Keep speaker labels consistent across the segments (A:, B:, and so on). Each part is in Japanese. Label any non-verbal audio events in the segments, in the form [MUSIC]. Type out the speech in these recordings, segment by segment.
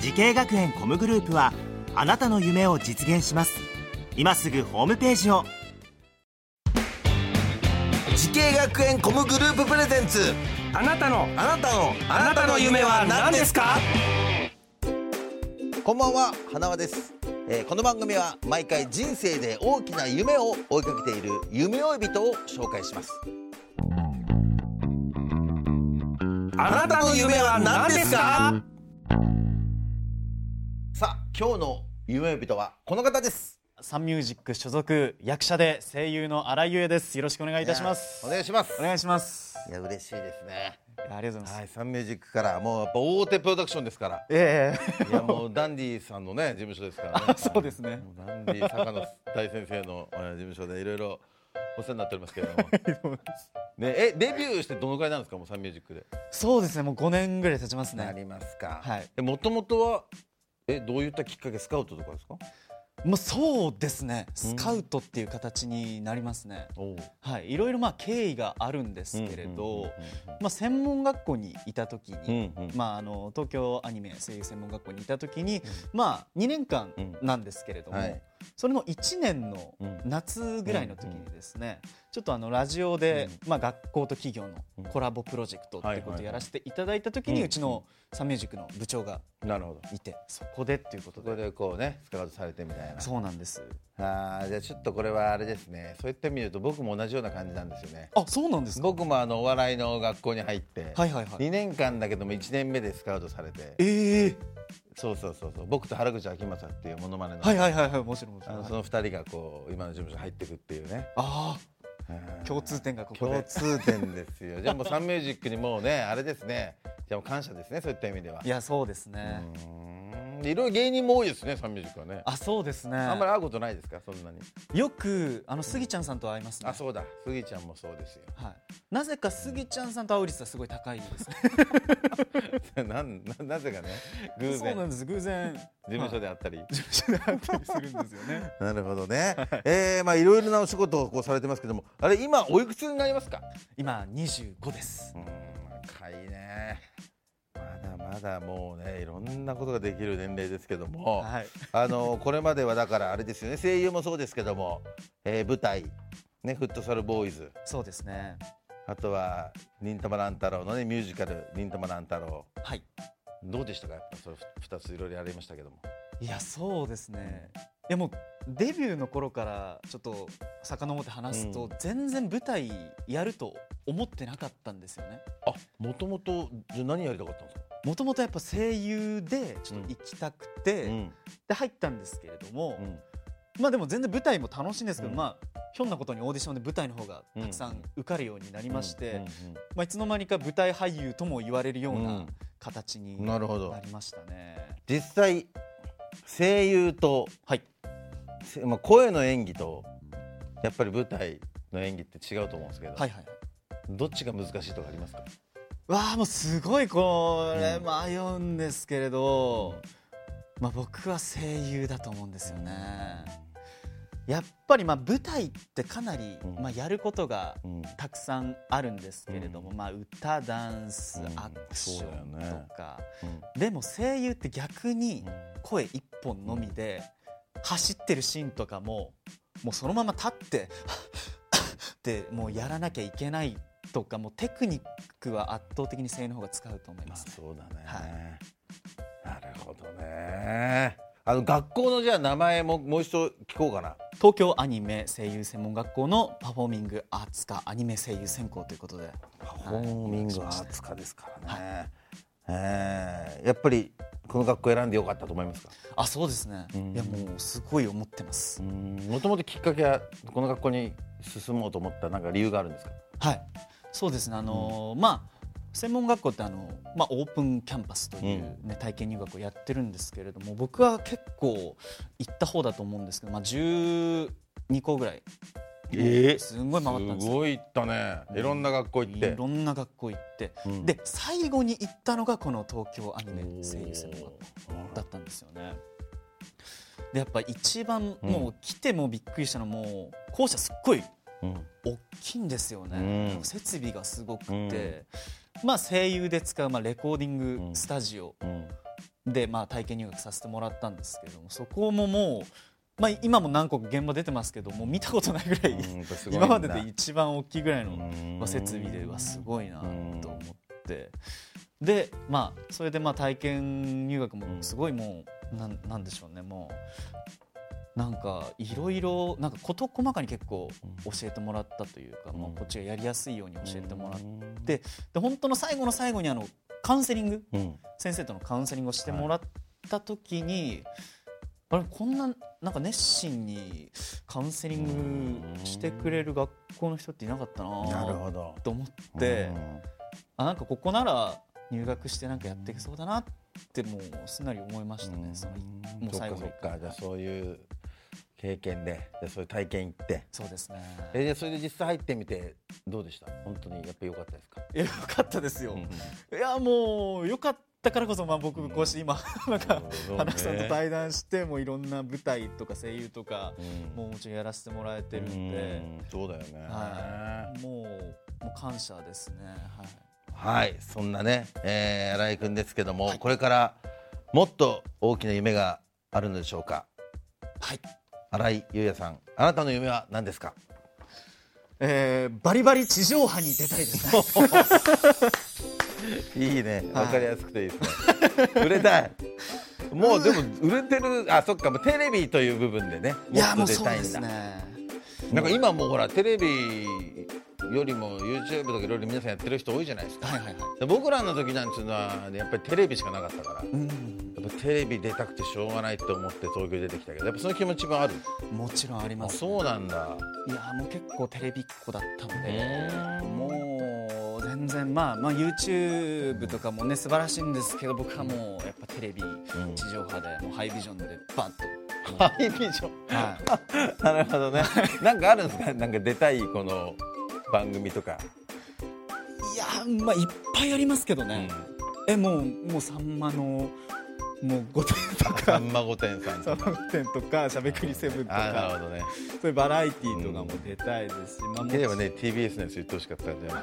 A: 時系学園コムグループはあなたの夢を実現します今すぐホームページを
B: 時系学園コムグループプレゼンツ
C: あなたの
B: あなたの
C: あなたの夢は何ですか
B: こんばんは花輪です、えーこの番組は毎回人生で大きな夢を追いかけている夢追い人を紹介します
C: あなたの夢は何ですか
B: さあ今日の夢追い人はこの方です
D: サンミュージック所属役者で声優の新井優也です。よろしくお願いいたします。
B: お願いします
D: お願いします。
B: いや嬉しいですね
D: いやありがとうございます。
B: はいサンミュージックからもうやっぱ大手プロダクションですから
D: ええ
B: いやもうダンディさんのね事務所ですからね
D: あ [LAUGHS] そうですね
B: もうダンディ坂野大先生のえー事務所でいろいろお世話になっておりますけれ
D: [LAUGHS]
B: どもねえデビューしてどのくらいなんですかもうサンミュージックで
D: そうですね。もう5年ぐらい経ちます
B: なり
D: ね。
B: ますか。
D: はい
B: え、もともとは、え、どういったきっかけ、スカウトとかですか。
D: もうそうですね。スカウトっていう形になりますね。
B: お
D: はい。いろいろまあ経緯があるんですけれど、まあ専門学校にいた時
B: うん
D: に。
B: うん、
D: まあ、あの東京アニメ声優専門学校にいた時に、まあ、2年間
B: うん
D: なんですけれども、
B: はい
D: それの1年の夏ぐらいの時にですね、ちょっとあのラジオで、まあ、学校と企業のコラボプロジェクトっていうことをやらせていただいた時に、
B: うん
D: うちのサンミュージックの部長が
B: なるほど。
D: いてそこでっていうこと
B: そこ
D: で
B: でこうね、スカウトされてみたいな。
D: そうなんです
B: ああ、じゃあ、ちょっとこれはあれですね。そういった意味で言うと、僕も同じような感じなんですよね。
D: あそうなんですか
B: 僕もあのお笑いの学校に入って。
D: はいはいはい
B: 2年間だけども1年目でスカウトされて
D: ええ
B: そうそうそうそう僕と原口あきまさっていうモノマネの,、
D: はいはいはいはいもちろんもち
B: あ
D: ろん
B: のその2人がこう今の事務所に入っていくっていうね
D: あ
B: うん
D: あ共通点がここ
B: 共
D: で
B: 通
D: [LAUGHS]。
B: 点ですよ。じゃあもうサンミュージックにもうねあれですね。じゃあもう感謝ですねそういった意味ではい
D: やそうです
B: う
D: ね、
B: ーんいろいろ芸人も多いですねサンミュージックはね。
D: あそうですね
B: あんまり会うことないですかそんなに。
D: よくあのスギちゃんさんと会いますね
B: あそうだスギちゃんもそうですよ。
D: はい、なぜかスギちゃんさんと会う率はすごい高いです
B: [LAUGHS]
D: ね
B: なんななぜかね偶
D: そう
B: 然
D: なん
B: 事
D: です偶
B: [LAUGHS]
D: 然事
B: 務所であったり。
D: 事務所で会ったりするんですよね
B: なるほどね。えー、まあいろいろなお仕事をこうされてますけどもあれ今おいくつになりますか。
D: 今25です
B: うーん若いね。まだまだもうねいろんなことができる年齢ですけども。
D: はい
B: あのこれまではだからあれですよね声優もそうですけども、えー舞台、ね、フットサルボーイズ
D: そうですね
B: あとは「忍たま乱太郎」のねミュージカル「忍たま乱太郎
D: はい」
B: どうでしたかやっぱそれ2ついろいろやりましたけども
D: いやそうですねいやもうデビューの頃からちょっと遡って話すと、
B: うん
D: 全然舞台やると思ってなかったんですよね
B: あもともとじゃあ何やりたかったんですか、
D: もともとやっぱ声優でちょっと行きたくて、
B: うん
D: で入ったんですけれども、
B: うん
D: まあでも全然舞台も楽しいんですけど、
B: うん
D: まあひょんなことにオーディションで舞台の方がたくさん受かるようになりまして、
B: うん
D: まあいつの間にか舞台俳優とも言われるよう
B: うんう
D: なん形に
B: な
D: な
B: るほど
D: りましたね。
B: 実際声優と、
D: はい、
B: せまあ、声の演技とやっぱり舞台の演技って違うと思うんですけど、
D: はいはいはい。
B: どっちが難しいとかありますか
D: わあもうすごいこれ
B: うん
D: 迷うんですけれど、まあ僕は声優だと思うんですよね。やっぱりまあ舞台ってかなり
B: うん
D: まあやることが
B: うん
D: たくさんあるんですけれども、
B: うん
D: まあ歌ダンス
B: うん
D: アクショ
B: そ
D: ン
B: うだよね
D: とか、
B: うん
D: でも声優って逆に声一本のみで走ってるシーンとかももうそのまま立って [LAUGHS] ってもうやらなきゃいけないとかもうテクニックは圧倒的に声優の方が使うと思い
B: まあ
D: ます。
B: そうだね、な
D: は
B: るほどねあの学校のじゃあ名前ももう一度聞こうかな
D: 東京アニメ声優専門学校のパフォーミングアーツ科アニメ声優専攻ということで、
B: パフォーミングアーツ科ですからね、えーやっぱりこの学校選んでよかったと思いますか
D: あそうですね、
B: うん
D: いやもうすごい思ってます。
B: もともときっかけはこの学校に進もうと思ったなんか理由があるんですか
D: はい、そうですね。あのーまあ専門学校ってあの、まあ、オープンキャンパスという、ね体験入学をやってるんですけれども僕は結構行った方だと思うんですけど、まあ、12校ぐらい
B: え
D: すんごい回ったんです
B: す
D: よ。
B: ごい行ったねいろんな学校行っ
D: い
B: て
D: ろんな学校行って、
B: うん
D: で最後に行ったのがこの東京アニメ声優専門学校
B: おー
D: だったんですよね。でやっぱ一番もう来てもびっくりしたのもう校舎すっごい
B: うん
D: 大きいんですよね、
B: うん
D: 設備がすごくて、まあ、声優で使う、まあ、レコーディングスタジオ
B: うん
D: で、まあ、体験入学させてもらったんですけどもそこももう、まあ、今も何個か現場出てますけどもう見たことないぐらい、
B: うんやっぱすごいんだ
D: 今までで一番大きいぐらいの
B: うん
D: まあ設備ではすごいなと思ってでまあそれでまあ体験入学もすごいもうなんなんでしょうねもうなんかいろいろなんか事細かに結構教えてもらったというか、
B: ん
D: まあ、こっちがやりやすいように教えてもらってで本当の最後の最後にあのカウンセリング
B: うん
D: 先生とのカウンセリングをしてもらった時に、あれこんななんか熱心にカウンセリングしてくれる学校の人っていなかった
B: なる
D: な
B: ほど
D: と思って、あなんかここなら入学してなんかやっていけそうだなってもうすんなり思いましたね、そのもう
B: そっ
D: 最後
B: か
D: の
B: そっかじゃあそういう経験でじゃあそういう体験行って
D: そうですね
B: えじゃあそれで実際入ってみてどうでした本当にやっぱ良かったですか
D: いやよかったですよ、いやもうよかったからこそ、まあ、僕こうして今、なんか
B: そうね
D: 花子さんと対談してもういろんな舞台とか声優とか、
B: うん
D: もうもちろんやらせてもらえてるんで。
B: うんそうだよね
D: はもうもう感謝ですね。はい。
B: はい、そんなね、えー、新井君ですけども、これからもっと大きな夢があるのでしょうか。
D: はい。
B: 新井優也さん、あなたの夢は何ですか。
D: えー、バリバリ地上波に出たいですね。
B: いいね、
D: はい
B: わかりやすくていいです [LAUGHS] ね。売れたい。もうでも売れてる、あ、そっか、もうテレビという部分でね、
D: いやも
B: も
D: う
B: っと出
D: そう
B: たい
D: で
B: ん
D: す
B: だ。
D: ね。
B: なんか今もうほらテレビよりも YouTube とかいろいろ皆さんやってる人多いじゃないですか。
D: はいはいはい。
B: で僕らの時なんていうのはやっぱりテレビしかなかったから。
D: うん、
B: やっぱテレビ出たくてしょうがないと思って東京出てきたけどやっぱその気持ちもある
D: もちろんあり
B: あ
D: ます、
B: そうなんだ
D: いやもう結構テレビっ子だったの
B: へー
D: で、もう全然まあまあ YouTube とかもね素晴らしいんですけど、僕はもうやっぱテレビ地上波でもうハイビジョンでバンと。
B: ハイビジョン
D: はい。
B: なるほどねなんかあるんですかなんか出たいこの番組とか、
D: いやーまあいっぱいありますけど
B: うん
D: ね。、えもうもうさんまのもう御殿と
B: さ
D: か。
B: んま御殿さん
D: サ [LAUGHS]
B: と
D: マ
B: か
D: ーテンとかしゃべくりセブンと
B: あーな
D: か
B: るほどね
D: そういうバラエティーとかも出たいですし、まあもう
B: でればね TBS のやつ言ってほしかったんだよ [LAUGHS]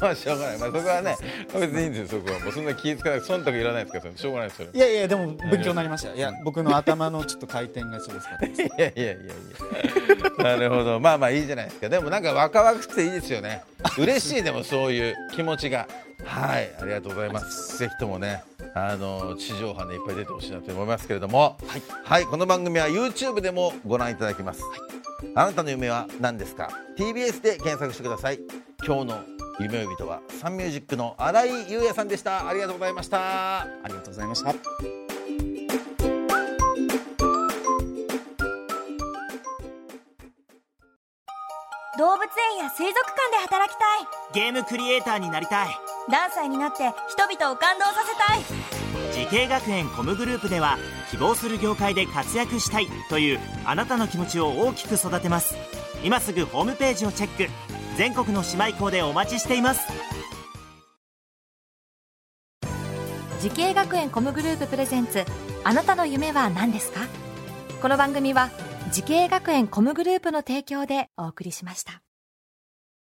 B: まあしょうがない、まあ、そこはね別にいいんですよそこはもうそんな気ぃつかない忖度いらないですからしょうがないですよ
D: いやいやでも勉強になりましたいや僕の頭のちょっと回転がすごかったです
B: いやいやいやいや [LAUGHS] なるほどまあまあいいじゃないですかでもなんか若々しくていいですよね嬉しいでもそういう気持ちがはいありがとうございますぜひともねあの地上波でいっぱい出てほしいなと思いますけれどもはい、この番組は YouTube でもご覧いただけます、あなたの夢は何ですか TBS で検索してください今日の夢呼人はサンミュージックの新井優也さんでしたありがとうございました
D: ありがとうございました
E: 動物園や水族館で働きたい
C: ゲームクリエイターになりたい
E: 何歳になって人々を感動させたい
C: 時系学園コムグループでは希望する業界で活躍したいというあなたの気持ちを大きく育てます今すぐホームページをチェック全国の姉妹校でお待ちしています
F: 時系学園コムグループプレゼンツあなたの夢は何ですかこの番組は時系学園コムグループの提供でお送りしました